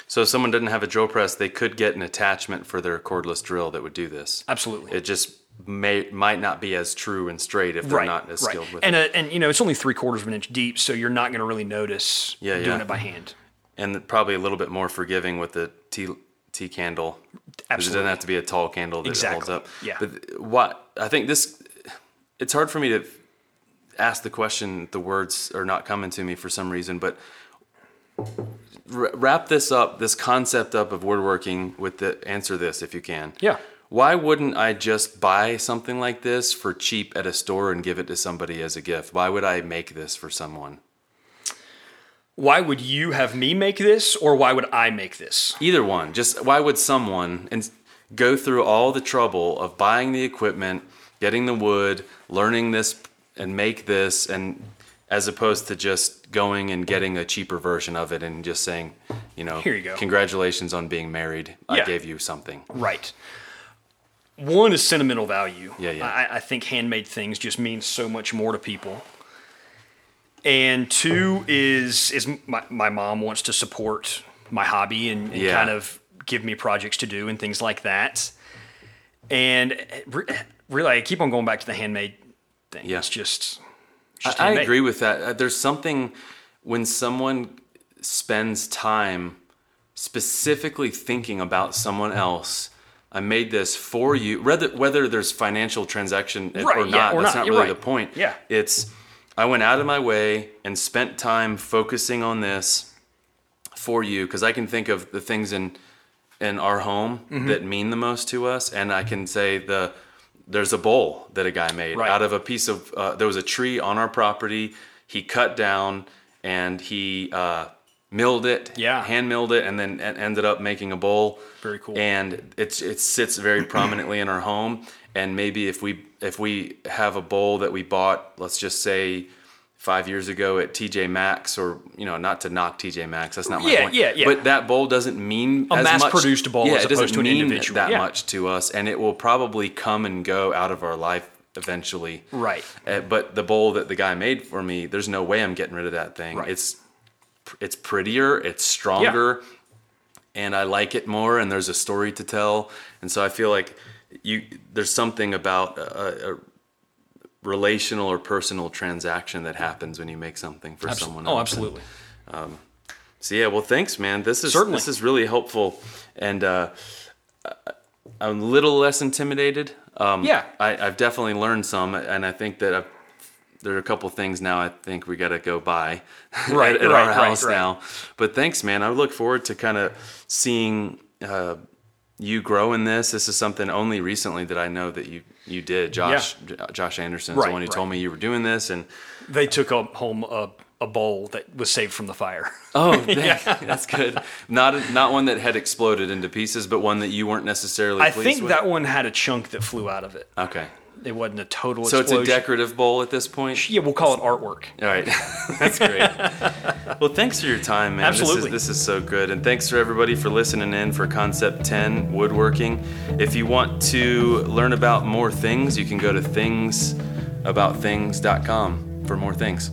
Speaker 1: So if someone doesn't have a drill press, they could get an attachment for their cordless drill that would do this.
Speaker 2: Absolutely,
Speaker 1: It just may might not be as true and straight if they're not as skilled with
Speaker 2: and
Speaker 1: it.
Speaker 2: uh, and you know it's only three quarters of an inch deep, so you're not going to really notice
Speaker 1: Yeah,
Speaker 2: doing
Speaker 1: yeah.
Speaker 2: it by hand.
Speaker 1: And probably a little bit more forgiving with the tea tea candle. 'cause It doesn't
Speaker 2: Absolutely.
Speaker 1: have to be a tall candle that holds
Speaker 2: Exactly.
Speaker 1: up.
Speaker 2: Yeah.
Speaker 1: But what I think this it's hard for me to ask the question, the words are not coming to me for some reason, but wra- wrap this up, this concept up of woodworking with the answer this if you can.
Speaker 2: Yeah.
Speaker 1: Why wouldn't I just buy something like this for cheap at a store and give it to somebody as a gift? Why would I make this for someone?
Speaker 2: Why would you have me make this, or why would I make this?
Speaker 1: Either one. Just why would someone and go through all the trouble of buying the equipment, getting the wood, learning this and make this and as opposed to just going and getting a cheaper version of it and just saying, you know,
Speaker 2: Here you go.
Speaker 1: congratulations on being married. I
Speaker 2: Yeah.
Speaker 1: gave you something.
Speaker 2: Right. One is sentimental value.
Speaker 1: Yeah, yeah.
Speaker 2: I, I think handmade things just mean so much more to people. And two is is my, my mom wants to support my hobby and, and
Speaker 1: Yeah.
Speaker 2: kind of give me projects to do and things like that. And re- really, I keep on going back to the handmade thing.
Speaker 1: Yeah.
Speaker 2: It's just, it's
Speaker 1: I,
Speaker 2: just
Speaker 1: I
Speaker 2: handmade.
Speaker 1: agree with that. Uh, There's something when someone spends time specifically thinking about someone else. I made this for you. Whether whether there's financial transaction
Speaker 2: Right,
Speaker 1: or
Speaker 2: yeah,
Speaker 1: not,
Speaker 2: or
Speaker 1: that's
Speaker 2: not,
Speaker 1: not
Speaker 2: you're
Speaker 1: really
Speaker 2: right.
Speaker 1: the point.
Speaker 2: Yeah.
Speaker 1: it's I went out of my way and spent time focusing on this for you because I can think of the things in in our home
Speaker 2: Mm-hmm.
Speaker 1: that mean the most to us, and I can say the there's a bowl that a guy made
Speaker 2: Right.
Speaker 1: out of a piece of uh, there was a tree on our property he cut down and he uh, milled it
Speaker 2: Yeah.
Speaker 1: hand milled it and then e- ended up making a bowl
Speaker 2: Very cool.
Speaker 1: and it's it sits very prominently in our home and maybe if we if we have a bowl that we bought let's just say five years ago at TJ Maxx or you know not to knock TJ Maxx that's not my
Speaker 2: Yeah,
Speaker 1: point
Speaker 2: yeah, yeah.
Speaker 1: but that bowl doesn't mean as much-
Speaker 2: mass-produced bowl
Speaker 1: yeah,
Speaker 2: as
Speaker 1: it doesn't
Speaker 2: opposed to an
Speaker 1: mean
Speaker 2: individual.
Speaker 1: that
Speaker 2: Yeah.
Speaker 1: much to us and it will probably come and go out of our life eventually
Speaker 2: Right.
Speaker 1: Uh, but the bowl that the guy made for me there's no way i'm getting rid of that thing
Speaker 2: Right.
Speaker 1: it's it's prettier it's stronger and i like it more and there's a story to tell and so i feel like you there's something about a, a relational or personal transaction that happens when you make something for
Speaker 2: Abso-
Speaker 1: someone else
Speaker 2: oh, absolutely.
Speaker 1: so yeah, well, thanks, man. This is
Speaker 2: Certainly.
Speaker 1: this is really helpful, and uh, I- I'm a little less intimidated. Um,
Speaker 2: Yeah.
Speaker 1: I, I've definitely learned some, and I think that I've, there are a couple things now. I think we got to go buy
Speaker 2: Right,
Speaker 1: at, at
Speaker 2: right,
Speaker 1: our
Speaker 2: right,
Speaker 1: house
Speaker 2: right.
Speaker 1: now. But thanks, man. I look forward to kind of seeing. Uh, you grow in this. This is something only recently that I know that you you did. Josh Josh Anderson is the
Speaker 2: Right,
Speaker 1: one who
Speaker 2: right.
Speaker 1: told me you were doing this, and
Speaker 2: They took a, home a, a bowl that was saved from the fire.
Speaker 1: Oh, yeah. that's good. Not not one that had exploded into pieces, but one that you weren't necessarily.
Speaker 2: I
Speaker 1: pleased
Speaker 2: think
Speaker 1: with?
Speaker 2: that one had a chunk that flew out of it.
Speaker 1: Okay,
Speaker 2: It wasn't a total
Speaker 1: so it's
Speaker 2: explosion.
Speaker 1: a decorative bowl at this point.
Speaker 2: yeah, we'll call it artwork.
Speaker 1: All right, that's great. well, thanks for your time, man.
Speaker 2: Absolutely.
Speaker 1: This is, this is so good, and thanks for everybody for listening in for Concept Ten Woodworking. If you want to learn about more things, you can go to thingsaboutthings.com for more things.